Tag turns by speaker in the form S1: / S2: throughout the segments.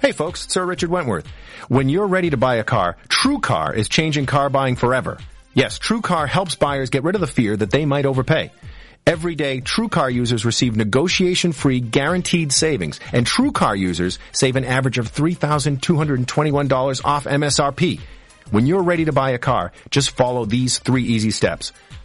S1: Hey folks, Sir Richard Wentworth. When you're ready to buy a car, TrueCar is changing car buying forever. Yes, TrueCar helps buyers get rid of the fear that they might overpay. Every day, TrueCar users receive negotiation-free guaranteed savings, and TrueCar users save an average of $3,221 off MSRP. When you're ready to buy a car, just follow these three easy steps.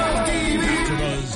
S2: AfterBuzz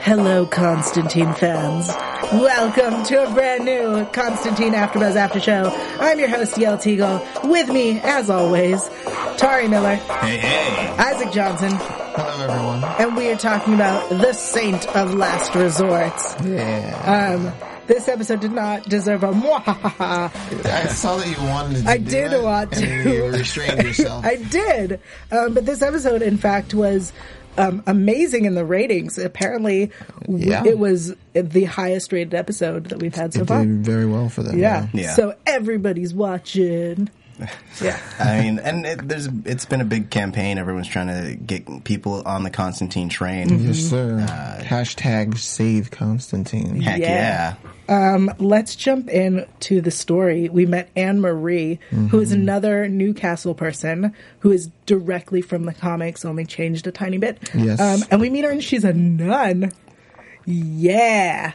S3: Hello, Constantine fans. Welcome to a brand new Constantine AfterBuzz After Show. I'm your host, Yael Teagle. With me, as always, Tari Miller. Hey, hey. Isaac Johnson.
S4: Hello, everyone.
S3: And we are talking about the saint of last resorts.
S4: Yeah.
S3: Um, this episode did not deserve a mwahaha.
S4: I saw that you wanted to
S3: I
S4: do
S3: did
S4: that,
S3: want
S4: and
S3: to.
S4: You restrained yourself.
S3: I did. Um, but this episode, in fact, was um, amazing in the ratings. Apparently, w-
S4: Yeah.
S3: it was the highest rated episode that we've had so far.
S4: did very well for them.
S3: Yeah.
S5: Yeah.
S3: So everybody's watching. Yeah.
S5: I mean, and it, there's it's been a big campaign. Everyone's trying to get people on the Constantine train.
S3: Mm-hmm.
S4: Yes, sir. Hashtag save Constantine.
S5: Heck
S3: Uh, Yeah.
S5: yeah.
S3: Let's jump in to the story. We met Anne Marie, who
S5: Mm-hmm.
S3: is another Newcastle person who is directly from the comics, only changed a tiny bit. Um,
S4: Yes.
S3: and we meet her and she's a nun. Yeah.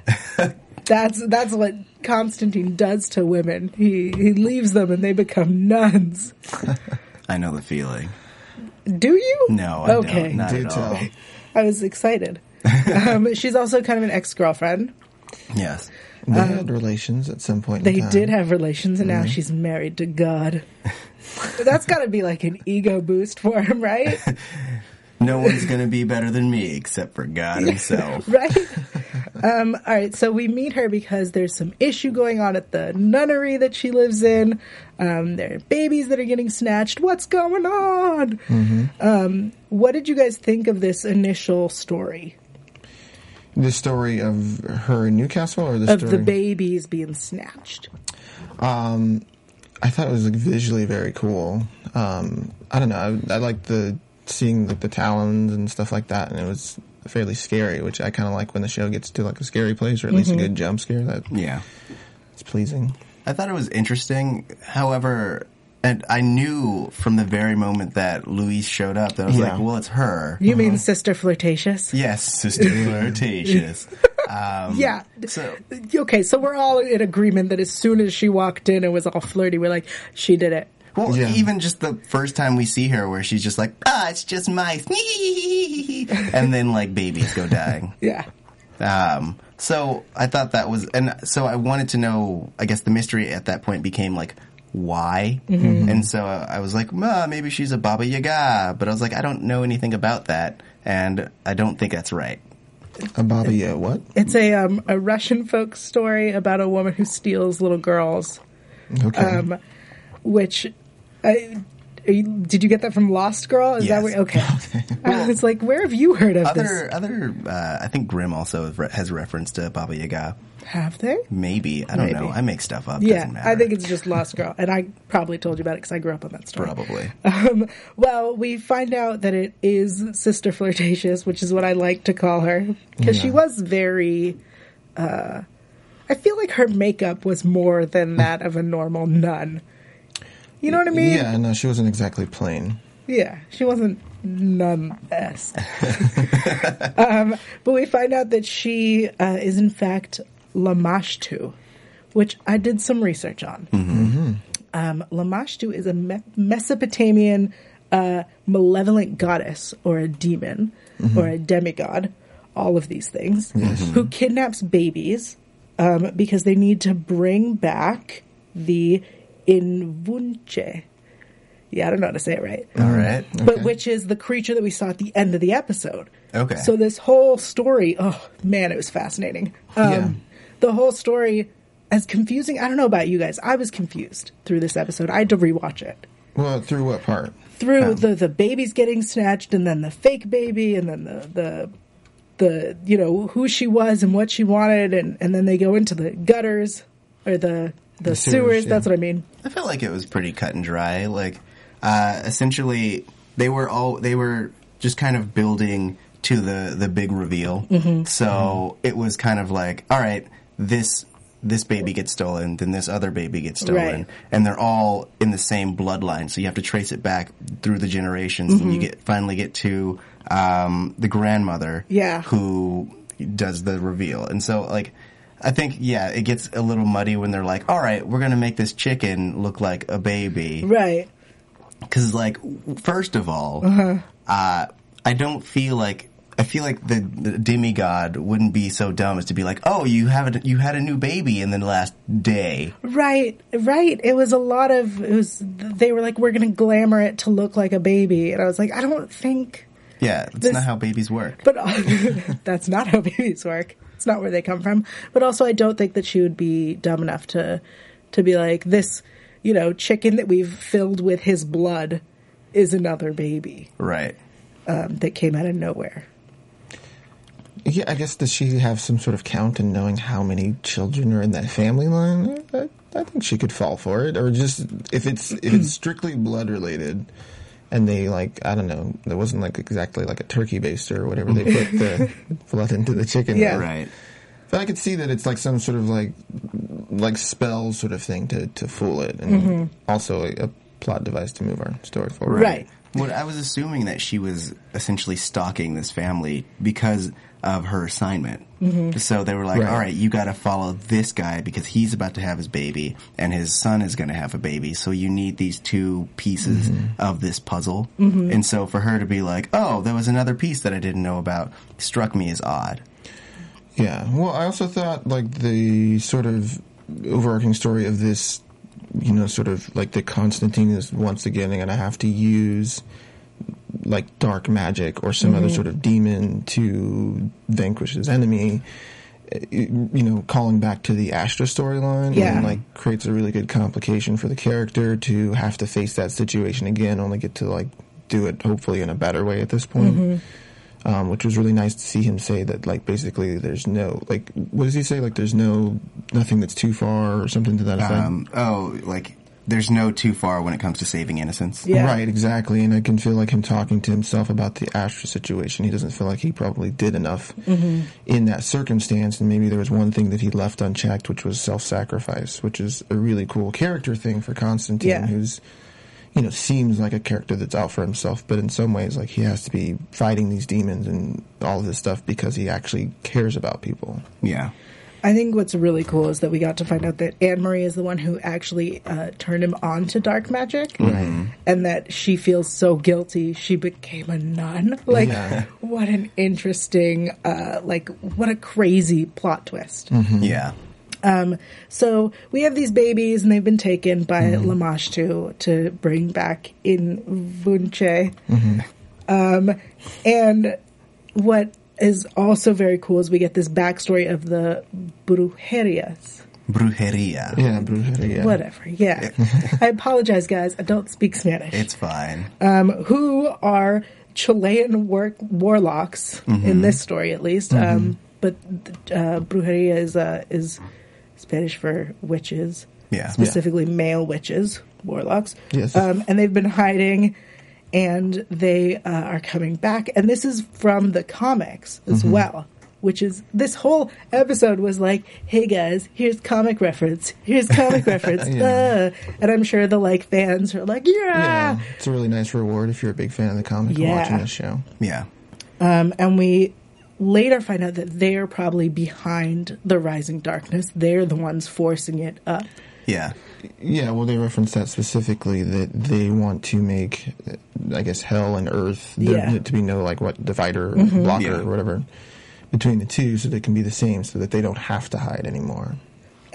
S3: that's that's what Constantine does to women. He he leaves them and they become nuns.
S5: I know the feeling.
S3: Do you?
S5: No, I
S3: okay.
S5: don't. Not
S4: Do
S5: at
S4: tell.
S5: all.
S3: I was excited. um, she's also kind of an ex girlfriend.
S5: Yes.
S4: They had relations at some point. in
S3: Uh, They
S4: time.
S3: did have relations, and now she's married to God. That's got to be like an ego boost for him, right?
S5: No one's gonna be better than me except for God Himself.
S3: right? Um, all right, so we meet her because there's some issue going on at the nunnery that she lives in. Um, there are babies that are getting snatched. What's going on? Um, what did you guys think of this initial story
S4: the story of her in Newcastle, or the
S3: of
S4: story
S3: the babies being snatched?
S4: I thought it was like, visually very cool. Um, I don't know. I, I liked the seeing like the talons and stuff like that, and it was fairly scary, which I kind of like when the show gets to like a scary place or at least
S3: Mm-hmm.
S4: a good jump scare. That
S5: Yeah.
S4: it's pleasing.
S5: I thought it was interesting. However, and I knew from the very moment that Luis showed up that I was
S4: Yeah.
S5: like, well, it's her.
S3: You mean Sister Flirtatious?
S5: Yes, Sister Flirtatious. Um,
S3: Yeah.
S5: So
S3: Okay, so we're all in agreement that as soon as she walked in and was all flirty, we're like, she did it.
S5: Well,
S4: Yeah.
S5: even just the first time we see her, where she's just like, "Ah, it's just mice," and then like babies go dying.
S3: Yeah.
S5: Um, so I thought that was, and so I wanted to know. I guess the mystery at that point became like why,
S3: Mm-hmm.
S5: and so I was like, "Ma, maybe she's a Baba Yaga," but I was like, I don't know anything about that, and I don't think that's right.
S4: A Baba Yaga, what?
S3: It's a um, a Russian folk story about a woman who steals little girls,
S4: Okay.
S3: um, which I, are you- did you get that from Lost Girl? Is that
S5: Yes.
S3: where, okay? I was like, where have you heard of this?
S5: Other, other, uh, I think Grimm also re- has referenced to Baba Yaga.
S3: Have they?
S5: Maybe I don't know.
S3: Maybe.
S5: I make stuff up.
S3: Yeah,
S5: Doesn't matter.
S3: I think it's just Lost Girl, and I probably told you about it because I grew up on that story.
S5: probably.
S3: Um, well, we find out that it is Sister Flirtatious, which is what I like to call her, because she was very uh, I feel like her makeup was more than that of a normal nun. You know what I mean?
S4: Yeah, no, she wasn't exactly plain.
S3: Yeah, she wasn't none esque. um, but we find out that she uh, is, in fact, Lamashtu, which I did some research on. Um, Lamashtu is a Me- Mesopotamian uh, malevolent goddess or a demon or a demigod, all of these things, who kidnaps babies um, because they need to bring back the Invunche. Yeah, I don't know how to say it right
S5: All right.
S3: but which is the creature that we saw at the end of the episode.
S5: Okay.
S3: So this whole story, oh man, it was fascinating. Um,
S4: Yeah.
S3: The whole story, as confusing, I don't know about you guys. I was confused through this episode. I had to rewatch it
S4: Well, through what part?
S3: through the the baby's getting snatched, and then the fake baby, and then the the the you know who she was and what she wanted, and and then they go into the gutters or the the,
S4: The
S3: sewers.
S4: sewers, yeah.
S3: That's what I mean.
S5: I felt like it was pretty cut and dry. Like, uh, essentially, they were all they were just kind of building to the the big reveal.
S3: Mm-hmm.
S5: So it was kind of like, all right, this this baby gets stolen, then this other baby gets stolen,
S3: Right.
S5: and they're all in the same bloodline. So you have to trace it back through the generations,
S3: Mm-hmm.
S5: and you get finally get to um, the grandmother,
S3: Yeah.
S5: who does the reveal. And so, like, I think, yeah, it gets a little muddy when they're like, all right, we're going to make this chicken look like a baby.
S3: Right.
S5: Because, like, w- first of all,
S3: Uh-huh.
S5: uh, I don't feel like. I feel like the, the demigod wouldn't be so dumb as to be like, "Oh, you have a, you had a new baby in the last day."
S3: Right, right. It was a lot of it was they were like we're going to glamour it to look like a baby and I was like I don't think
S5: Yeah, that's
S3: This-
S5: not how babies work.
S3: but that's not how babies work. It's not where they come from. But also I don't think that she would be dumb enough to to be like this, you know, chicken that we've filled with his blood is another baby
S5: right.
S3: um, that came out of nowhere.
S4: Yeah, I guess does she have some sort of count in knowing how many children are in that family line? I, I think she could fall for it, or just if it's if it's strictly blood related, and they like I don't know, there wasn't like exactly like a turkey baster or whatever they put the blood into the chicken.
S3: Yeah.
S4: with.
S5: Right.
S4: But I could see that it's like some sort of like like spell sort of thing to to fool it, and
S3: Mm-hmm.
S4: also a, a plot device to move our story forward.
S3: Right.
S5: What I was assuming that she was essentially stalking this family because of her assignment. So they were like,
S4: Mm-hmm. Right.
S5: "All right, you got to follow this guy because he's about to have his baby, and his son is going to have a baby. So you need these two pieces
S4: Mm-hmm.
S5: of this puzzle." And so for her to be like, "Oh, there was another piece that I didn't know about," struck me as odd.
S4: Yeah. Well, I also thought like the sort of overarching story of this, you know, sort of like the Constantine is once again going to have to use like dark magic or some other sort of demon to vanquish his enemy. It- You know, calling back to the Astra storyline,
S3: Yeah.
S4: and like creates a really good complication for the character to have to face that situation again. Only get to like do it hopefully in a better way at this point um, which was really nice to see him say that like basically there's no like what does he say like there's no nothing that's too far or something to that effect
S5: Um, oh, like there's no too far when it comes to saving innocence.
S3: Yeah.
S4: right exactly and i can feel like him talking to himself about the astra situation he doesn't feel like he probably did enough
S3: Mm-hmm.
S4: in that circumstance and maybe there was one thing that he left unchecked which was self-sacrifice which is a really cool character thing for constantine
S3: Yeah.
S4: who's you know seems like a character that's out for himself but in some ways like he has to be fighting these demons and all of this stuff because he actually cares about people
S5: Yeah.
S3: I think what's really cool is that we got to find out that Anne Marie is the one who actually uh, turned him on to dark magic, Mm-hmm. and that she feels so guilty she became a nun. Like,
S4: Yeah.
S3: what an interesting, uh, like, what a crazy plot twist.
S5: Mm-hmm.
S4: Mm-hmm.
S5: Yeah.
S3: So we have these babies, and they've been taken by Lamashtu to to bring back in Vunche. Um, and what is also very cool is we get this backstory of the Brujerias.
S5: Brujeria.
S4: yeah brujeria
S3: whatever. Yeah, I apologize, guys. I don't speak Spanish.
S5: It's fine.
S4: Uh,
S3: um, who are Chilean work warlocks
S4: Mm-hmm.
S3: in this story, at least? Um, but uh, brujeria is uh, is Spanish for witches.
S5: Yeah.
S3: specifically male witches, warlocks.
S4: Yes.
S3: um, and they've been hiding.
S4: Mm-hmm.
S3: And they uh, are coming back, and this is from the comics as well. which is this whole episode was like, hey guys, here's comic reference, here's comic reference,
S4: Yeah.
S3: uh, and I'm sure the like fans are like, yeah.
S4: Yeah, it's a really nice reward if you're a big fan of the comic and
S3: Yeah.
S4: watching this show.
S5: Yeah.
S3: Um, and we later find out that they're probably behind the rising darkness. They're the ones forcing it up.
S5: Yeah.
S4: Yeah, well, they referenced that specifically that they want to make, uh, I guess, hell and earth there
S3: Yeah. Mm-hmm.
S4: to be no like what divider, or blocker,
S5: Yeah.
S4: or whatever between the two, so they can be the same, so that they don't have to hide anymore.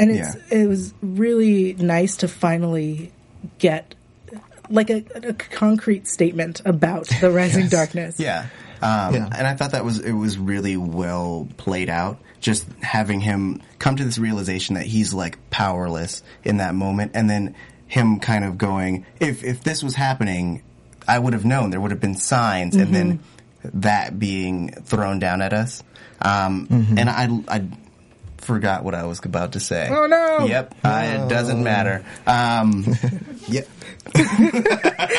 S3: and it's
S5: Yeah.
S3: it was really nice to finally get like a, a concrete statement about the rising darkness.
S5: Yeah. Um,
S4: Yeah.
S5: And I thought that was it was really well played out. Just having him come to this realization that he's like powerless in that moment, and then him kind of going, "If if this was happening, I would have known. There would have been signs." And then
S3: Mm-hmm.
S5: that being thrown down at us. Um, And I I forgot what I was about to say.
S3: Oh, no!
S5: Yep. I, it doesn't matter. Um, yeah.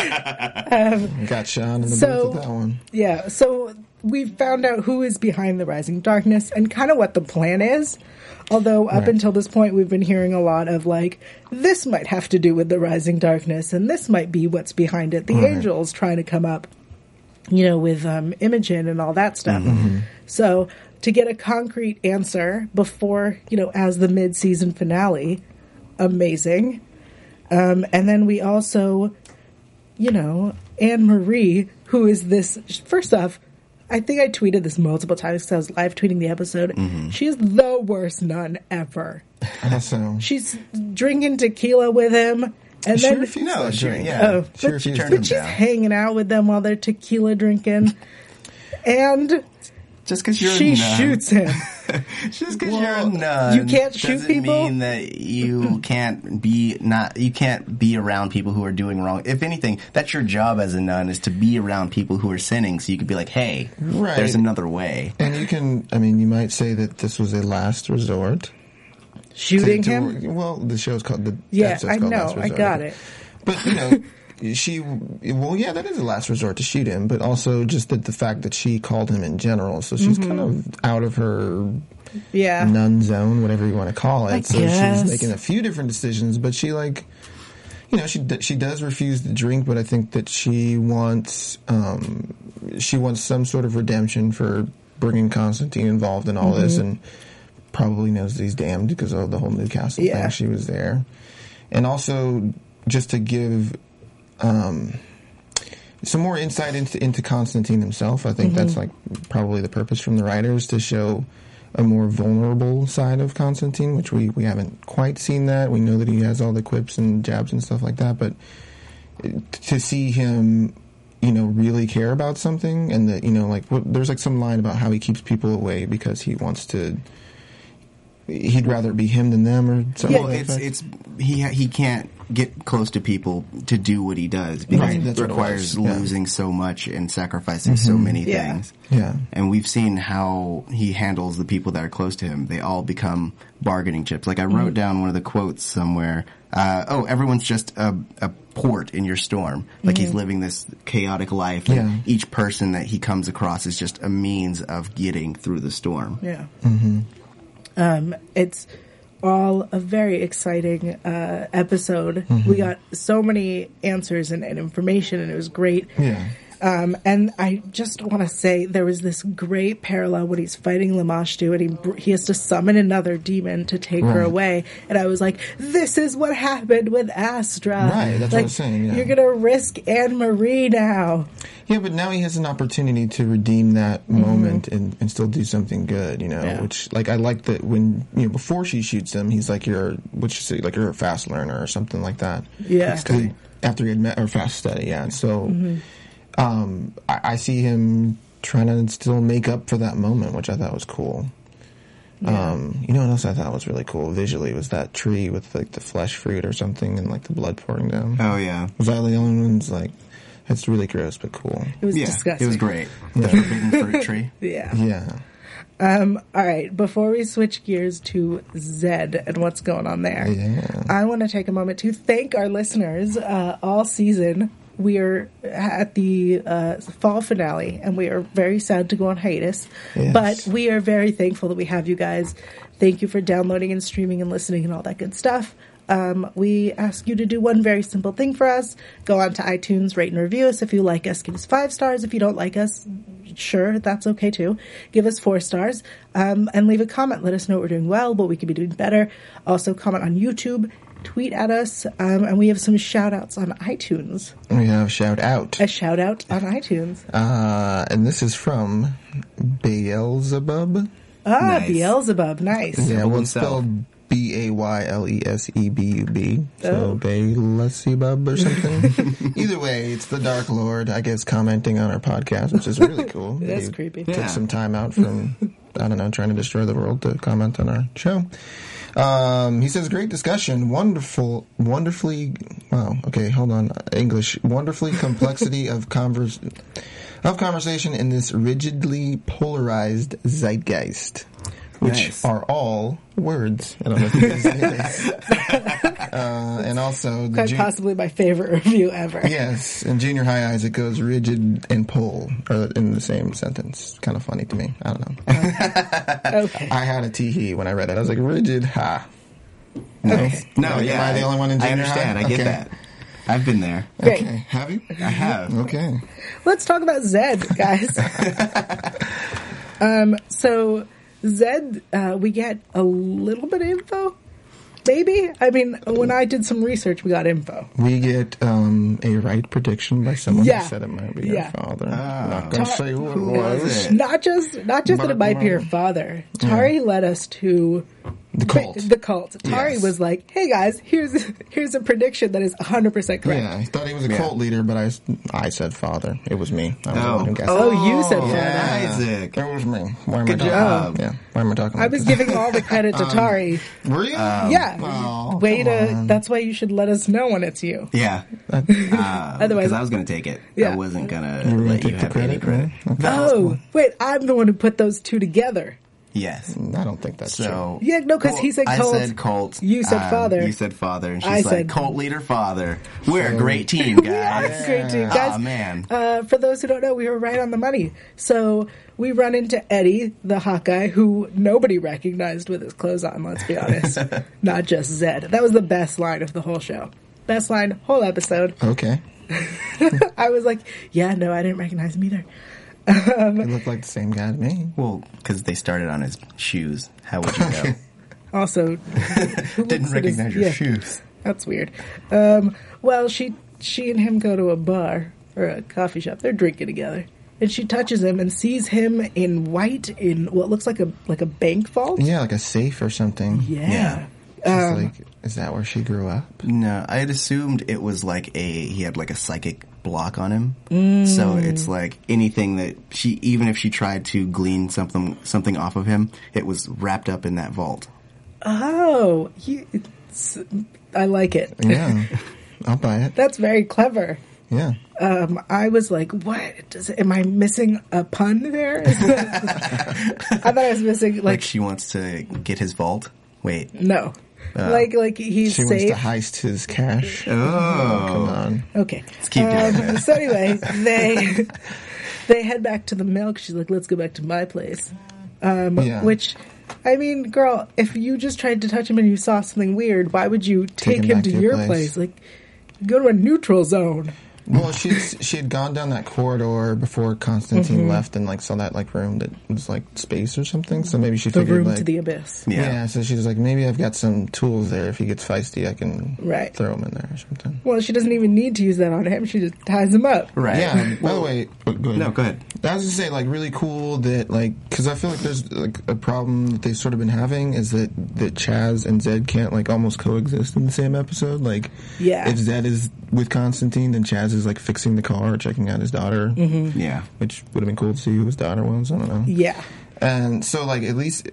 S4: Got Sean in the
S3: So-
S4: booth with that one.
S3: Yeah, so we found out who is behind the rising darkness and kind of what the plan is. Although up
S4: Right.
S3: until this point, we've been hearing a lot of like this might have to do with the rising darkness, and this might be what's behind it. The angels trying to come up, you know, with um, Imogen and all that stuff.
S4: Mm-hmm.
S3: So to get a concrete answer before you know, as the mid-season finale, amazing. Um, and then we also you know, Anne Marie, who is this. First off, I think I tweeted this multiple times because I was live tweeting the episode.
S4: Mm-hmm.
S3: She is the worst nun ever.
S4: Also,
S3: She's drinking tequila with him, and
S4: she
S3: then
S4: refused
S5: No,
S4: that
S5: she-
S4: drink.
S5: yeah.
S3: Oh,
S4: she
S3: but-
S4: refused
S5: turned
S4: them
S5: him
S3: but she's
S4: down.
S3: hanging out with them while they're tequila drinking, and
S5: Just because you're a
S3: she
S5: nun.
S3: shoots him.
S5: Just because you're a nun,
S3: you can't shoot
S5: doesn't
S3: people?
S5: Mean that you can't be not you can't be around people who are doing wrong. If anything, that's your job as a nun is to be around people who are sinning, so you could be like, hey,
S4: Right.
S5: there's another way.
S4: And you can, I mean, you might say that this was a last resort. to-
S3: Shooting
S4: to-
S3: him.
S4: Well, the show's called the.
S3: Yeah,
S4: episode's
S3: I
S4: called
S3: know,
S4: Last
S3: I
S4: Resort.
S3: got it.
S4: But you know, she. Well, yeah, that is a last resort to shoot him, but also just that the fact that she called him in general, so she's kind of out of her
S3: Mm-hmm. Yeah.
S4: nun zone, whatever you want to call it.
S3: I
S4: so
S3: guess.
S4: she's making a few different decisions, but she like, you know, she d- she does refuse to drink, but I think that she wants um, she wants some sort of redemption for bringing Constantine involved in all this,
S3: Mm-hmm.
S4: and probably knows that he's damned because of the whole Newcastle
S3: Yeah.
S4: thing. She was there, and also just to give um, some more insight into, into Constantine himself. I think that's like probably the purpose from the writers to show a more vulnerable side of Constantine, which we, we haven't quite seen that. We know that he has all the quips and jabs and stuff like that, but to see him, you know, really care about something and that, you know, like what, there's like some line about how he keeps people away because he wants to, he'd rather be him than them or something.
S5: Well,
S4: like
S5: it's
S4: that.
S5: it's he he can't get close to people to do what he does because
S4: Right,
S5: it
S4: that's what it
S5: requires
S4: was, yeah. Mm-hmm.
S5: losing so much and sacrificing so many
S3: Yeah.
S5: things.
S4: Yeah.
S5: and we've seen how he handles the people that are close to him. They all become bargaining chips. Like I
S4: Mm-hmm.
S5: wrote down one of the quotes somewhere. Uh, oh, everyone's just a, a port in your storm. Like he's living this chaotic life. and
S4: Mm-hmm. Yeah.
S5: Each person that he comes across is just a means of getting through the storm.
S3: Yeah.
S4: Mm-hmm.
S3: Um, it's all a very exciting uh, episode.
S4: Mm-hmm.
S3: We got so many answers and, and information, and it was great.
S4: Yeah.
S3: Um, and I just want to say there was this great parallel when he's fighting Lamashtu and he br- he has to summon another demon to take her
S4: Right.
S3: away. And I was like, this is what happened with Astra.
S4: Right, that's what
S3: Like,
S4: I'm saying, yeah.
S3: You're going to risk Anne Marie now.
S4: Yeah, but now he has an opportunity to redeem that moment and, and still do something good, you know.
S3: Mm-hmm. Yeah.
S4: Which, like, I like that when you know before she shoots him, he's like, "You're what you say, like you're a fast learner or something like that."
S3: Yeah.
S4: After he- After he had met or fast study, yeah. And so,
S3: Mm-hmm.
S4: um, I, I see him trying to still make up for that moment, which I thought was cool. Um, you know what else I thought was really cool visually was that tree with like the flesh fruit or something and like the blood pouring down.
S5: Oh yeah.
S4: Was that the only one's like? That's really gross, but cool.
S3: It was
S5: yeah,
S3: disgusting.
S5: it was great. The forbidden fruit tree.
S3: Yeah.
S4: Yeah.
S3: All right, before we switch gears to Zed and what's going on there,
S4: Yeah.
S3: I want to take a moment to thank our listeners uh, all season we are at the uh, fall finale, and we are very sad to go on hiatus.
S4: Yes.
S3: But we are very thankful that we have you guys. Thank you for downloading and streaming and listening and all that good stuff. Um, we ask you to do one very simple thing for us. Go on to iTunes, rate and review us. If you like us, give us five stars. If you don't like us, sure, that's okay too. Give us four stars um, and leave a comment. Let us know what we're doing well, what we could be doing better. Also, comment on YouTube, tweet at us, um, and we have some shout outs on iTunes.
S4: We have shout out.
S3: A shout out on iTunes.
S4: Uh, and this is from Beelzebub.
S3: Ah,
S5: Nice.
S3: Beelzebub. Nice.
S4: Yeah, well, it's
S5: himself.
S4: spelled B A Y L E S E B U B.
S3: Oh.
S4: So Beelzebub or something. Either way, it's the Dark Lord, I guess, commenting on our podcast, which is really cool.
S3: That's
S4: He
S3: creepy.
S4: Took
S5: Yeah.
S4: some time out from, I don't know, trying to destroy the world to comment on our show. Um, he says, great discussion. Wonderful, wonderfully, wow, okay, hold on. English. Wonderfully complexity of converse. Of conversation in this rigidly polarized zeitgeist, which
S5: Nice.
S4: are all words. I don't know if you guys knew this. uh, and also the
S3: Quite
S4: ju-
S3: possibly my favorite review ever.
S4: yes, in junior high eyes it goes rigid and pole are in the same sentence. Kind of funny to me. I don't know.
S3: Okay.
S4: I had a tee hee when I read it. I was like rigid ha.
S5: Nice. No,
S4: Am
S5: yeah.
S4: I the only one in
S5: I
S4: junior
S5: understand.
S4: high?
S5: I get
S4: Okay.
S5: that. I've been there.
S3: Great.
S4: Okay, have you?
S5: I have.
S4: Okay.
S3: Let's talk about Zed, guys. um, so Zed, uh, we get a little bit of info, maybe. I mean, when I ded some research, we got info.
S4: We get um, a right prediction by someone
S3: Yeah.
S4: who said it might be
S3: Yeah.
S4: your father. Not
S3: Ta-
S4: gonna say who it
S5: Ah. Who was
S4: was.
S5: it?
S3: Not just, not just that it might be her father. Tari led us to
S4: The cult.
S3: The cult. Tari
S4: Yes.
S3: was like, "Hey guys, here's here's a prediction that is 100 percent correct."
S4: Yeah, I thought he was a cult leader, but I, s- I said father. It was me. I was the
S5: Oh.
S4: one who guessed
S3: Oh,
S4: it.
S3: you said father.
S5: yeah. Isaac.
S4: It was me. Why am
S5: Good
S4: I talking?
S5: job.
S4: Yeah, why am I talking?
S3: I was giving all the credit
S4: Um,
S3: to Tari.
S4: Were you?
S3: yeah,
S4: oh,
S3: way
S4: come
S3: to.
S4: on.
S3: That's why you should let us know when it's you.
S5: Yeah.
S3: Otherwise,
S5: Because I was going to take it.
S3: Yeah.
S5: I wasn't going to
S4: gonna
S5: let
S4: take
S5: you
S4: the
S5: have any
S4: credit,
S5: credit.
S4: huh?
S3: oh wait, I'm the one who put those two together.
S5: Yes.
S3: Oh.
S4: I don't think that's true.
S5: So
S3: Yeah, no, 'cause he said cult.
S5: I said cult.
S3: You said father.
S5: You said father, and she's
S3: I
S5: like
S3: said-
S5: cult leader father. We're a great team, guys.
S3: Great team,
S4: Oh,
S5: Aw,
S3: guys.
S5: man.
S3: Uh, for those who don't know, we were right on the money. So we run into Eddie, the Hawkeye, who nobody recognized with his clothes on. Let's be honest, not just Zed. That was the best line of the whole show. Best line, whole episode.
S4: Okay,
S3: I was like, yeah, no, I didn't recognize him either.
S4: it looked like the same guy to me.
S5: Well, because they started on his shoes. How would you know?
S3: Also,
S5: Didn't
S3: at his-
S5: recognize your
S3: yeah.
S5: shoes.
S3: That's weird. Um, well, she she and him go to a bar or a coffee shop. They're drinking together, and she touches him and sees him in white in what looks like a like a bank vault.
S4: Yeah, like a safe or something.
S3: Yeah. Um,
S4: She's like, is that where she grew up?
S5: No, I had assumed it was like a he had like a psychic block on him. So it's like anything that she even if she tried to glean something something off of him, it was wrapped up in that vault.
S3: Oh, you, it's, I like it.
S4: Yeah, I'll buy it.
S3: That's very clever.
S4: Yeah,
S3: Um, I was like, what? Does, am I missing a pun there? I thought I was missing like, Mm.
S5: Like she wants to get his vault. Wait.
S3: no, like like he's
S4: she
S3: safe.
S4: wants to heist his cash.
S5: Oh.
S4: Come on.
S3: Okay.
S5: keep doing
S3: Um, so anyway, they they head back to the milk. She's like, "Let's go back to my place." Um,
S4: yeah.
S3: Which, I mean, girl, if you just tried to touch him and you saw something weird, why would you take,
S4: him
S3: him,
S4: back
S3: to
S4: to your
S3: your place?
S4: place.
S3: Like, go to a neutral zone.
S4: Well, she she had gone down that corridor before Constantine
S3: Mm-hmm.
S4: left, and like saw that like room that was like space or something. So maybe she
S3: The
S4: figured
S3: room
S4: like
S3: to the abyss.
S4: yeah.
S5: Yeah.
S4: So she's like, maybe I've got some tools there. If he gets feisty, I can
S3: Right.
S4: throw him in there or something.
S3: Well, she doesn't even need to use that on him. She just ties him up.
S5: Right.
S4: Yeah. and by the way, oh, go ahead.
S5: No, go ahead.
S4: I was gonna say like really cool that like because I feel like there's like a problem that they've sort of been having is that that Chaz and Zed can't like almost coexist in the same episode. Like,
S3: Yeah.
S4: if Zed is with Constantine, then Chaz is like fixing the car, or checking out his daughter. Mm-hmm.
S5: Yeah.
S4: which would have been cool to see who his daughter was. I don't know.
S3: Yeah.
S4: And so, like, at least,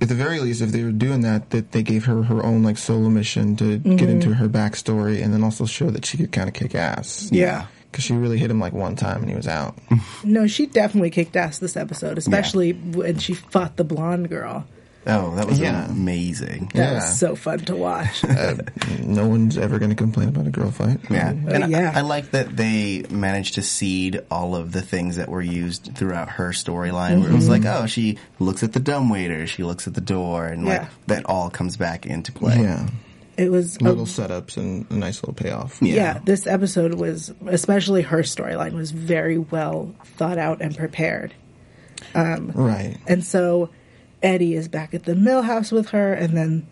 S4: at the very least, if they were doing that, that they gave her her own like solo mission to get into her backstory, and then also show that she could kind of kick ass.
S5: Yeah.
S4: Because she really hit him like one time, and he was out.
S3: No, she definitely kicked ass this episode, especially when she fought the blonde girl.
S5: Oh, that was
S4: Yeah.
S5: amazing.
S3: That
S4: Yeah.
S3: was so fun to watch.
S4: no one's ever going to complain about a girl fight.
S5: Yeah. And I-
S3: Uh, yeah.
S5: I, like that they managed to seed all of the things that were used throughout her storyline where it was
S3: Mm-hmm.
S5: like, oh, she looks at the dumbwaiter, she looks at the door, and
S3: Yeah.
S5: like that all comes back into play.
S4: yeah.
S3: It was a
S4: Little setups and a nice little payoff.
S5: Yeah.
S3: Um, yeah, this episode was especially her storyline was very well thought out and prepared.
S4: Right.
S3: And so Eddie is back at the mill house with her and then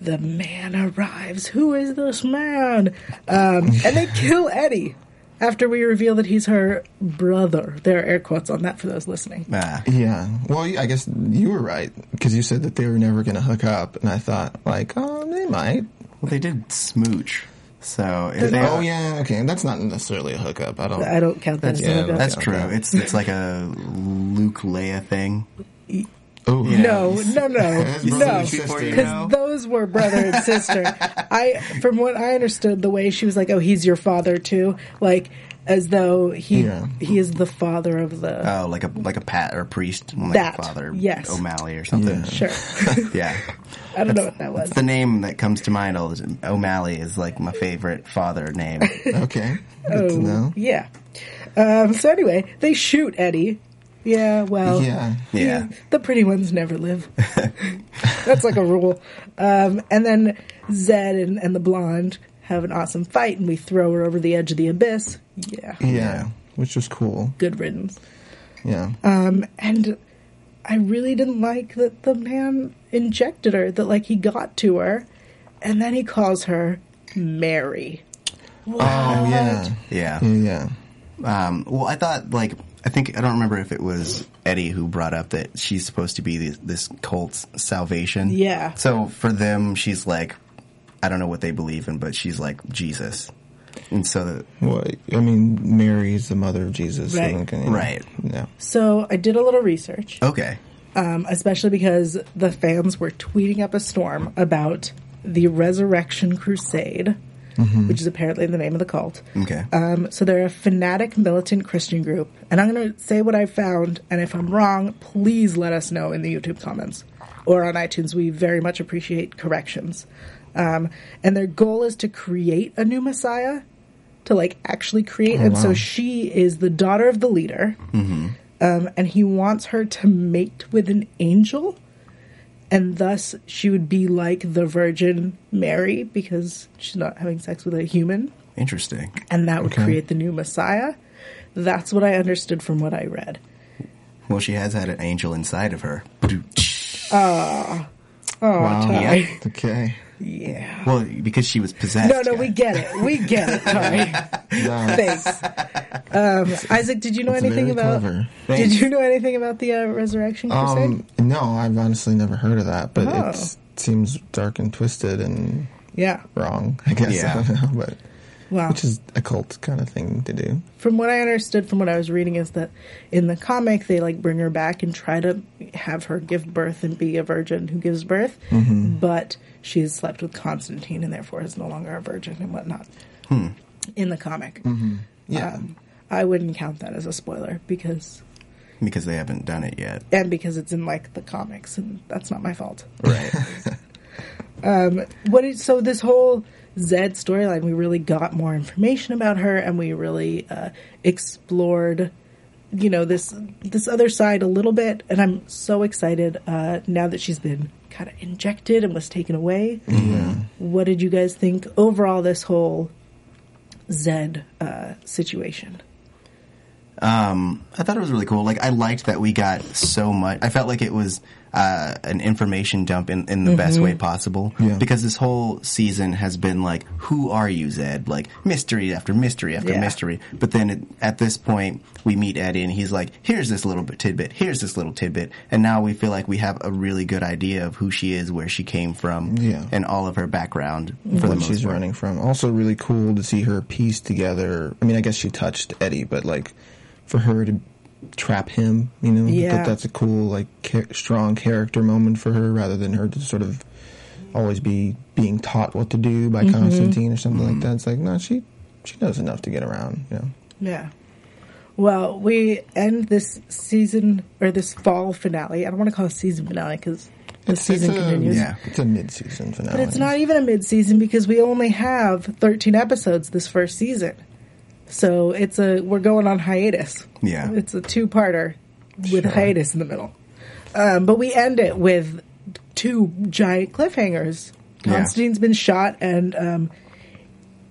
S3: the man arrives. Who is this man? Um, and they kill Eddie after we reveal that he's her brother. There are air quotes on that for those listening.
S5: Ah.
S4: Yeah. Well, I guess you were right because you said that they were never going to hook up, and I thought like, oh, they might.
S5: Well, they did smooch. So if they,
S4: Oh yeah. Okay. That's not necessarily a hookup. I don't.
S3: I don't count that
S5: That's,
S3: as an adult.
S5: that's
S4: Yeah.
S5: true. It's it's like a Luke Leia thing.
S4: Oh
S3: No, no, no,
S4: That's brother
S3: no.
S4: and sister.
S5: Before you know.
S3: Because those were brother and sister. I, from what I understood, the way she was like, "Oh, he's your father too," like as though he
S4: Yeah. Uh,
S3: he is the father of the
S5: Oh, like a like a pat or a priest, like
S3: That,
S5: a father
S3: yes.
S5: O'Malley or something.
S4: Yeah.
S3: sure.
S5: Yeah.
S3: I don't know what that was.
S5: The name that comes to mind all the time. O'Malley is like my favorite father name.
S4: Okay. Good to know.
S3: Oh, Yeah. Um, so anyway, they shoot Eddie. Yeah. Well.
S4: Yeah.
S5: Yeah.
S3: The pretty ones never live. That's like a rule. Um, and then Zed and, and the blonde have an awesome fight, and we throw her over the edge of the abyss. Yeah.
S4: Yeah. Which was cool.
S3: Good riddance.
S4: Yeah.
S3: Um, and I really didn't like that the man injected her, that like he got to her, and then he calls her Mary.
S4: oh yeah.
S5: Yeah.
S4: Yeah. Yeah.
S5: Um, well, I thought like I think I don't remember if it was Eddie who brought up that she's supposed to be this, this cult's salvation.
S3: Yeah.
S5: So for them, she's like, I don't know what they believe in, but she's like Jesus, and so
S4: Well, I mean, Mary's the mother of Jesus. so
S3: Right.
S4: okay, yeah.
S5: Right.
S4: Yeah.
S3: So I did a little research.
S5: okay,
S3: um, especially because the fans were tweeting up a storm about the Resurrection Crusade, which is apparently the name of the cult.
S5: okay,
S3: Um, so they're a fanatic militant Christian group, and I'm going to say what I found, and if I'm wrong, please let us know in the YouTube comments or on iTunes. We very much appreciate corrections. Um, and their goal is to create a new Messiah, to like actually create. and so she is the daughter of the leader, um, and he wants her to mate with an angel. And thus, she would be like the Virgin Mary because she's not having sex with a human
S5: interesting.
S3: and that would
S4: Okay.
S3: create the new Messiah. That's what I understood from what I read.
S5: Well, she has had an angel inside of her.
S3: Oh, Ty.
S5: yeah.
S4: Okay.
S3: Yeah.
S5: Well, because she was possessed.
S3: No, no, we
S5: guys.
S3: get it. We get it, Ty.
S4: Yeah.
S3: Thanks. Um, Isaac, did you know
S4: it's
S3: anything
S4: very
S3: about?
S4: clever.
S3: Did you know anything about the uh, Resurrection Crusade?
S4: Um, no, I've honestly never heard of that, but
S3: Oh.
S4: it seems dark and twisted and
S3: yeah.
S4: wrong. I guess
S5: Yeah.
S4: I don't know, but
S3: Wow.
S4: which is a cult kind of thing to do.
S3: from what I understood from what I was reading is that in the comic they like bring her back and try to have her give birth and be a virgin who gives birth, but she has slept with Constantine and therefore is no longer a virgin and whatnot. In the comic, Um,
S4: Yeah,
S3: I wouldn't count that as a spoiler because
S5: because they haven't done it yet.
S3: and because it's in like the comics and that's not my fault. Um,
S5: Right.
S3: What is, so this whole Zed storyline, we really got more information about her, and we really uh, explored, you know, this this other side a little bit. And I'm so excited uh, now that she's been kind of injected and was taken away. What did you guys think overall? This whole Zed uh, situation.
S5: I thought it was really cool. Like I liked that we got so much. I felt like it was uh, an information dump in, in the
S3: Mm-hmm.
S5: best way possible.
S4: Yeah.
S5: Because this whole season has been like, "Who are you, Zed?" Like mystery after mystery after
S3: Yeah.
S5: mystery. But then it, at this point, we meet Eddie, and he's like, "Here's this little bit tidbit. Here's this little tidbit." And now we feel like we have a really good idea of who she is, where she came from,
S4: Yeah.
S5: and all of her background for the
S4: what
S5: most
S4: she's
S5: part.
S4: running from. Also, really cool to see her piece together. I mean, I guess she touched Eddie, but like for her to trap him, you know, I
S3: Yeah.
S4: thought that's a cool, like cha- strong character moment for her, rather than her to sort of always be being taught what to do
S3: Mm-hmm.
S4: by Constantine or something
S5: Mm.
S4: like that. It's like no, she she knows enough to get around. You know.
S3: Yeah. Well, we end this season or this fall finale. I don't want to call it season finale because the season
S4: it's a,
S3: continues.
S5: Yeah.
S4: It's a mid-season finale.
S3: But it's not even a mid-season because we only have 13 episodes this first season. So it's a we're going on hiatus.
S5: Yeah.
S3: It's a two-parter with hiatus in the middle. Um, but we end it with two giant cliffhangers.
S5: Yeah.
S3: Constantine's been shot and um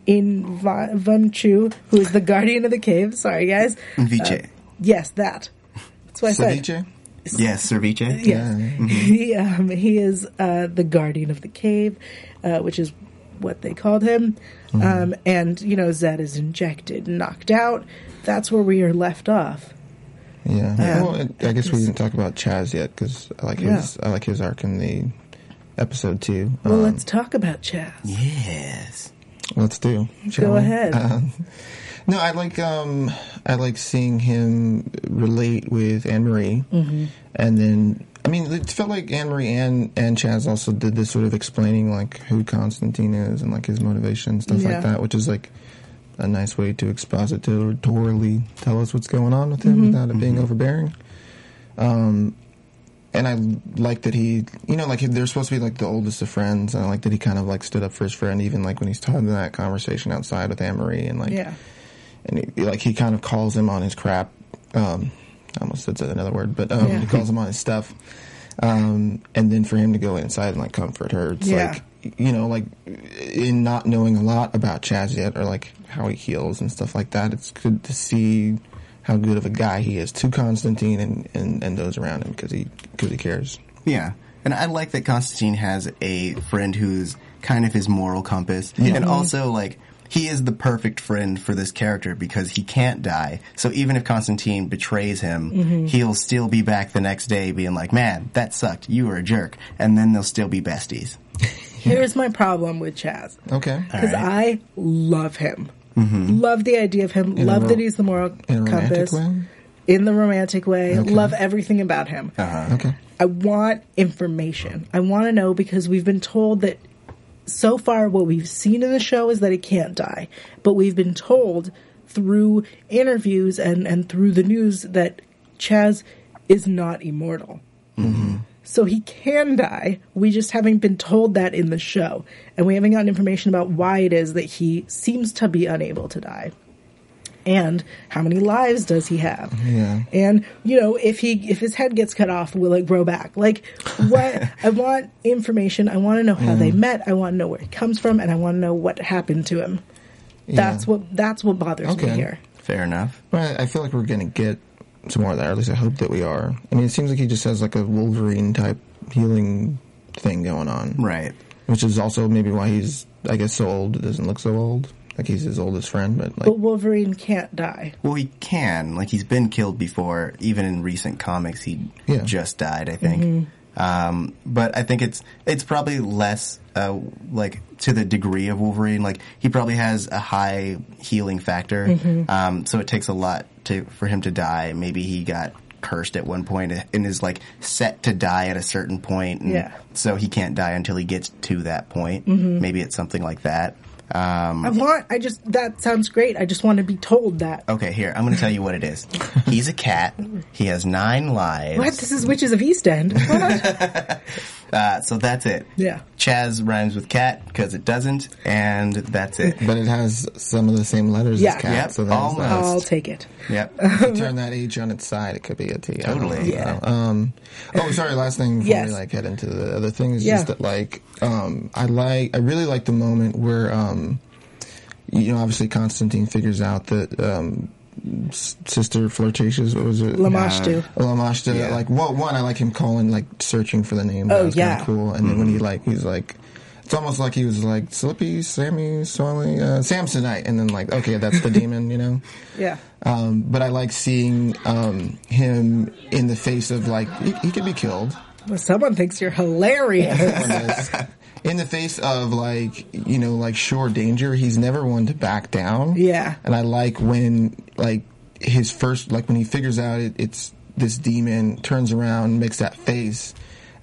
S3: in Va- Vanchu, who is the guardian of the cave, sorry guys.
S5: Ceviche.
S3: Yes, that. That's what I said.
S4: Ceviche?
S5: yes, ceviche.
S3: Yes.
S4: Mm-hmm.
S3: He, um, he is uh, the guardian of the cave, uh, which is what they called him.
S4: Mm-hmm.
S3: Um, and, you know, Zed is injected, knocked out. That's where we are left off.
S4: Yeah. Well, it, I guess we didn't talk about Chaz yet because I like his I like his arc in the episode two.
S3: Well,
S4: Um,
S3: let's talk about Chaz.
S5: Yes.
S4: let's do. shall
S3: Go
S4: we? Uh,
S3: ahead.
S4: No, I like um, I like seeing him relate with Anne Marie,
S3: Mm-hmm.
S4: and then I mean it felt like Anne Marie and and Chaz also did this sort of explaining like who Constantine is and like his motivation and stuff
S3: Yeah.
S4: like that, which is like a nice way to expositorily tell us what's going on with him
S3: Mm-hmm.
S4: without it being overbearing. and I like that he, you know, like they're supposed to be like the oldest of friends, and I like that he kind of like stood up for his friend, even like when he's having that conversation outside with Anne Marie, and like,
S3: Yeah.
S4: and he, like he kind of calls him on his crap. Um, I almost said another word, but um,
S3: Yeah.
S4: he calls him on his stuff. Um, and then for him to go inside and like comfort her, it's
S3: Yeah.
S4: like you know, like in not knowing a lot about Chaz yet, or like how he heals and stuff like that. It's good to see how good of a guy he is to Constantine and and, and those around him because he because he cares.
S5: Yeah. And I like that Constantine has a friend who's kind of his moral compass. And also, like, he is the perfect friend for this character because he can't die. So even if Constantine betrays him, he'll still be back the next day being like, man, that sucked. You were a jerk. And then they'll still be besties.
S3: Here's my problem with Chaz.
S4: Okay. Mm-hmm.
S3: Because I love him. Love the idea of him.
S4: a
S3: love
S4: ro-
S3: that he's the moral
S4: in a romantic
S3: compass.
S4: way?
S3: In the romantic way.
S4: Okay. Uh-huh.
S3: Love everything about him.
S4: Okay.
S3: I want information. I want to know because we've been told that so far what we've seen in the show is that it can't die. But we've been told through interviews and, and through the news that Chaz is not immortal. So he can die. We just haven't been told that in the show. And we haven't gotten information about why it is that he seems to be unable to die. And how many lives does he have?
S4: Yeah.
S3: And you know, if he if his head gets cut off, will it grow back? Like what I want information. I want to know how
S4: Mm.
S3: they met. I want to know where it comes from and I want to know what happened to him. That's
S4: Yeah.
S3: what that's what bothers me
S4: Okay.
S3: here.
S5: Fair enough.
S4: Well, I feel like we're gonna get some more of that, or at least I hope that we are. I mean, it seems like he just has like a Wolverine type healing thing going on,
S5: Right.
S4: Which is also maybe why he's, I guess, so old. It doesn't look so old. Like he's his oldest friend, but like,
S3: But Wolverine can't die.
S5: Well, he can. Like, he's been killed before. Even in recent comics, he
S4: Yeah.
S5: just died, I think. Um, but I think it's it's probably less uh, like to the degree of Wolverine. Like he probably has a high healing factor, um, so it takes a lot to for him to die. Maybe he got cursed at one point and is like set to die at a certain point, and
S3: Yeah.
S5: so he can't die until he gets to that point. Maybe it's something like that.
S3: I want I just that sounds great. I just want to be told that.
S5: Okay, here I'm going to tell you what it is. He's a cat. He has nine lives.
S3: What? This is Witches of East End. What?
S5: Uh, so that's it.
S3: Yeah.
S5: Chaz rhymes with cat because it doesn't, and that's it.
S4: but it has some of the same letters
S3: Yeah.
S4: as Cat.
S5: Yep,
S4: so there's
S5: almost.
S4: that. uh,
S3: I'll take it.
S5: Yep.
S4: If you turn that H on its side, it could be a T. I don't
S5: Totally. Uh,
S4: know. Um, oh, sorry. Last thing before
S3: Yes.
S4: we like head into the other thing is
S3: Yeah.
S4: just that like um, I like I really like the moment where um, you know obviously Constantine figures out that um, s- sister flirtatious what was it
S3: Lamashtu.
S4: Lamash did it,
S5: Yeah.
S4: Like, well, one, I like him calling, like, searching for the name. That
S3: Oh,
S4: was kinda
S3: yeah.
S4: cool. And then when he, like, he's like, it's almost like he was like, Slippy, Sammy, Swally, uh, Samsonite. And then, like, okay, that's the demon, you know?
S3: Yeah.
S4: Um, but I like seeing um, him in the face of, like, he, he could be killed.
S3: Well, someone thinks you're hilarious.
S4: Everyone does. In the face of like you know like sure danger, he's never one to back down.
S3: Yeah.
S4: and I like when like his first like when he figures out it, it's this demon turns around makes that face.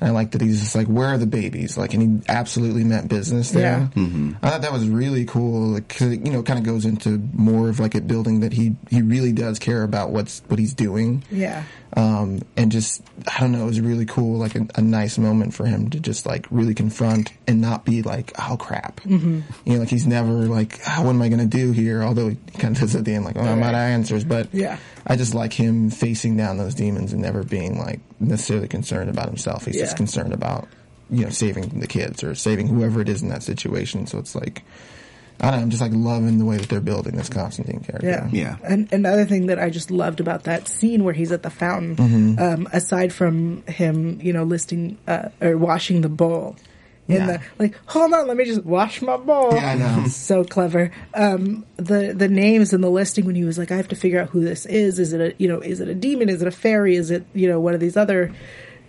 S4: And I like that he's just like, where are the babies? Like, and he absolutely meant business there.
S3: Yeah.
S4: Mm-hmm. I thought that was really cool. Like, 'cause it, you know, kind of goes into more of like a building that he he really does care about what's what he's doing
S3: yeah.
S4: um, and just I don't know, it was really cool, like a, a nice moment for him to just like really confront and not be like, oh crap,
S3: Mm-hmm.
S4: you know, like he's never like, "Ah, what am I gonna do here? Although he kind of does at the end, like, oh, I'm out of answers, but
S3: Yeah.
S4: I just like him facing down those demons and never being like necessarily concerned about himself. He's
S3: Yeah.
S4: just concerned about you know saving the kids or saving whoever it is in that situation. So it's like. I don't know, I'm just like loving the way that they're building this Constantine character.
S3: Yeah.
S5: Yeah.
S3: And another thing that I just loved about that scene where he's at the fountain, um, aside from him, you know, listing uh, or washing the bowl. In
S4: Yeah.
S3: the like, hold on, let me just wash my bowl.
S4: Yeah, I know.
S3: Oh. so clever. Um, the the names and the listing when he was like, I have to figure out who this is. Is it a you know, is it a demon? Is it a fairy? Is it you know one of these other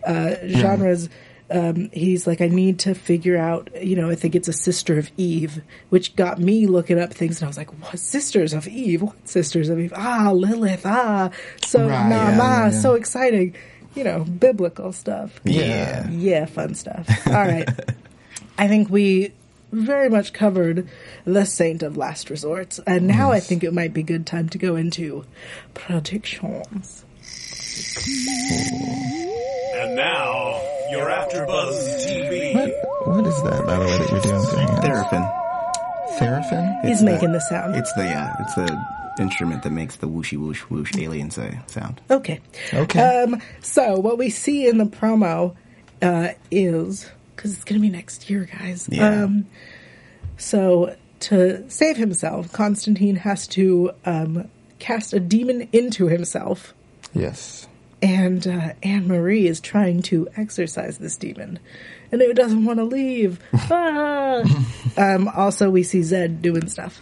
S3: uh,
S4: Hmm.
S3: genres? Um, he's like, I need to figure out. You know, I think it's a sister of Eve, which got me looking up things, and I was like, what sisters of Eve? What sisters of Eve? Ah, Lilith. Ah, so
S4: Right,
S3: nah,
S4: yeah,
S3: nah,
S4: yeah, yeah.
S3: so exciting. You know, biblical stuff.
S5: Yeah.
S3: Yeah, fun stuff. All right. I think we very much covered the saint of last resort, and now I think it might be good time to go into predictions.
S6: And now, your AfterBuzz TV.
S4: What is that, by the way, that you're doing?
S5: Therapin.
S4: Therapin?
S3: He's
S5: It's
S3: making
S5: the-
S3: the sound.
S5: It's the yeah. It's the instrument that makes the whooshy whoosh whoosh alien say sound.
S3: Okay.
S4: Okay.
S3: Um, so what we see in the promo uh, is because it's going to be next year, guys.
S5: Yeah.
S3: Um, so to save himself, Constantine has to um, cast a demon into himself.
S4: yes.
S3: and uh, Anne Marie is trying to exorcise this demon, and it doesn't want to leave. Ah! um, also, we see Zed doing stuff.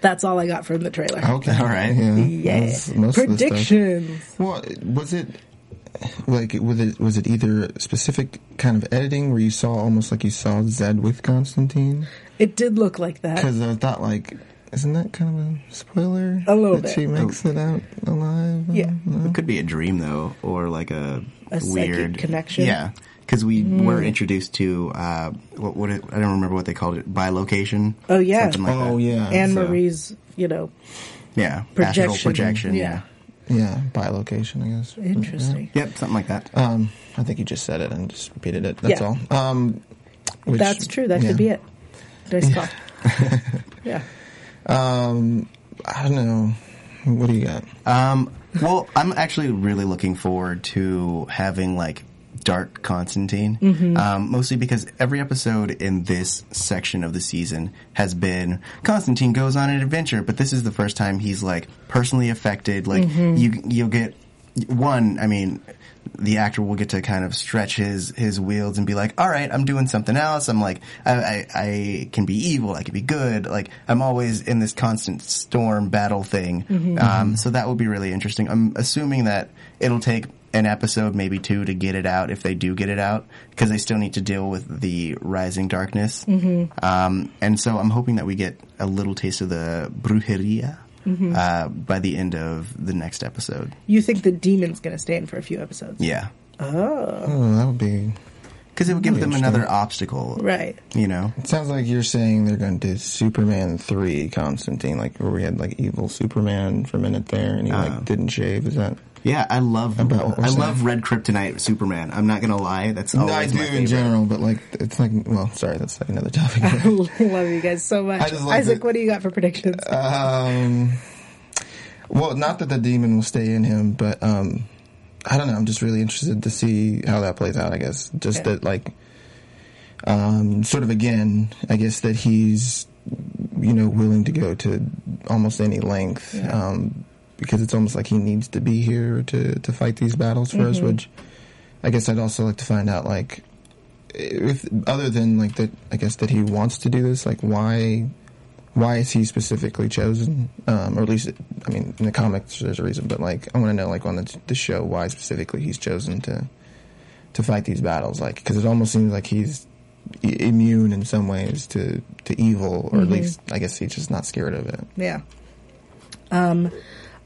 S3: That's all I got from the trailer.
S4: Okay.
S5: All right.
S4: Yeah.
S3: Yeah,
S4: That's most of the stuff.
S3: predictions.
S4: Well, was it like was it was it either specific kind of editing where you saw almost like you saw Zed with Constantine?
S3: It did look like that.
S4: Because I thought like, isn't that kind of a spoiler?
S3: A little
S4: that
S3: bit.
S4: She makes it out alive.
S3: Yeah.
S5: It could be a dream though, or like a,
S3: Mm-hmm. A psychic
S5: weird
S3: connection? Mm.
S5: Yeah, because we were introduced to uh, what? What? It, I don't remember what they called it. By location.
S3: Oh, yeah.
S5: Something like
S4: Oh
S5: that.
S4: yeah.
S3: Anne
S5: so-
S3: Marie's, you know,
S5: Yeah.
S3: projection.
S5: Astral projection. Yeah.
S4: yeah. By location, I guess.
S3: Interesting.
S5: Yep. Something like that.
S4: Um, I think you just said it and just repeated it. That's
S3: Yeah.
S4: all. Um, which-
S3: That's true. That
S4: yeah.
S3: could be it. Nice call. yeah.
S4: I don't know. What do you got?
S5: Um, well, I'm actually really looking forward to having like Dark Constantine, um, mostly because every episode in this section of the season has been Constantine goes on an adventure, but this is the first time he's like personally affected. Like you, you'll get one. I mean, the actor will get to kind of stretch his his wheels and be like, "All right, I'm doing something else. I'm like, I, I, I can be evil. I can be good. Like, I'm always in this constant storm battle thing. Um, so that would be really interesting. I'm assuming that it'll take an episode, maybe two, to get it out if they do get it out, because they still need to deal with the rising darkness. Um, and so I'm hoping that we get a little taste of the brujeria. Uh, by the end of the next episode,
S3: You think the demon's going to stay in for a few episodes?
S5: yeah,
S4: Oh, that would be.
S5: because it would give them
S4: Interesting.
S5: another obstacle,
S3: Right.
S5: You know,
S4: It sounds like you're saying they're going to do Superman three Constantine, like where we had like evil Superman for a minute there, and he
S5: Oh.
S4: like didn't shave. Is that?
S5: Yeah, I love
S4: About what we're
S5: I
S4: saying.
S5: love Red Kryptonite Superman. I'm not gonna lie, that's
S4: No,
S5: always
S4: I do
S5: my
S4: in
S5: favorite.
S4: general, but like it's like well, sorry, that's like another topic.
S3: Love you guys so much.
S4: I just love
S3: Isaac,
S4: that-
S3: what do you got for predictions?
S4: um, well, not that the demon will stay in him, but um, I don't know. I'm just really interested to see how that plays out. I guess just
S3: Yeah.
S4: that like, um, sort of again, I guess that he's you know willing to go to almost any length um, because it's almost like he needs to be here to to fight these battles for us. Which I guess I'd also like to find out like if other than like that I guess that he wants to do this, like why why is he specifically chosen? Um, or at least I mean in the comics there's a reason, but like I want to know like on the, the show why specifically he's chosen to to fight these battles, like because it almost seems like he's i- immune in some ways to to evil, or at
S3: Mm-hmm.
S4: least I guess he's just not scared of it.
S3: Yeah. Um,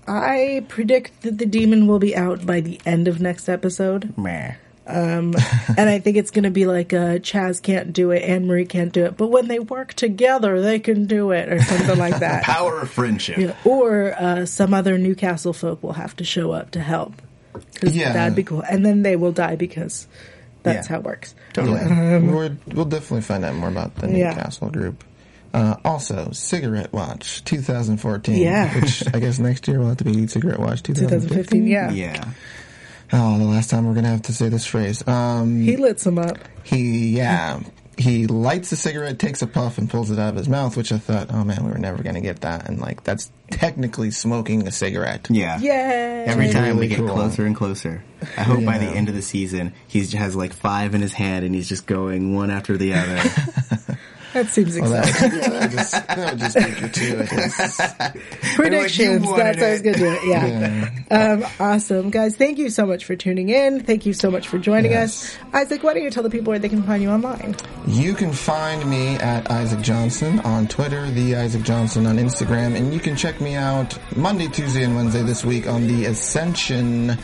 S3: I predict that the demon will be out by the end of next episode,
S5: Meh.
S3: and I think it's going to be like uh, Chaz can't do it, Anne Marie can't do it, but when they work together, they can do it, or something like that.
S5: Power of friendship.
S3: Yeah, or uh, some other Newcastle folk will have to show up to help. 'Cause
S4: Yeah.
S3: that'd be cool. And then they will die because that's
S5: Yeah.
S3: how it works.
S5: Totally.
S4: We're, we'll definitely find out more about the
S3: Um, Yeah.
S4: Newcastle group. Uh, also, Cigarette Watch 2014.
S3: Yeah.
S4: Which I guess next year will have to be Cigarette Watch 2015.
S3: 2015, yeah.
S5: yeah.
S4: Oh, the last time we're going to have to say this phrase. Um,
S3: He lit some up.
S4: he, yeah. He lights a cigarette, takes a puff, and pulls it out of his mouth, which I thought, oh man, we were never going to get that. And like, that's technically smoking a cigarette.
S5: Yeah.
S3: Yay!
S5: Uh, Every time
S4: really
S5: we get
S4: cool.
S5: closer and closer. I hope by the
S4: Yeah.
S5: end of the season he has like five in his hand and he's just going one after the other.
S3: That seems
S4: Well,
S3: exciting.
S4: that, would- that would just, that would just make you two, I guess.
S3: Predictions.
S5: wanted
S3: That's how I was
S5: it.
S3: going to do it. Yeah.
S4: Yeah.
S3: Um, awesome. Guys, thank you so much for tuning in. Thank you so much for joining
S4: Yes.
S3: us. Isaac, why don't you tell the people where they can find you online?
S4: You can find me at Isaac Johnson on Twitter, the Isaac Johnson on Instagram, and you can check me out Monday, Tuesday, and Wednesday this week on the Ascension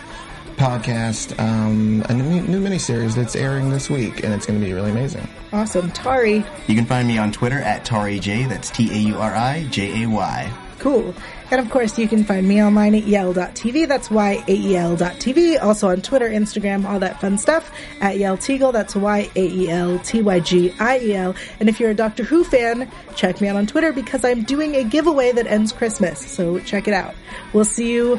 S4: podcast, um, a new, new miniseries that's airing this week, and it's going to be really amazing.
S3: Awesome. Tari.
S5: you can find me on Twitter at Tari J. That's T A U R I J A Y.
S3: Cool. And of course, you can find me online at yell.tv. That's E Y-A-E-L.tv. Also on Twitter, Instagram, all that fun stuff at Yell Teagle. That's E Y-A-E-L-T-Y-G-I-E-L. E And if you're a Doctor Who fan, check me out on Twitter because I'm doing a giveaway that ends Christmas. So check it out. We'll see you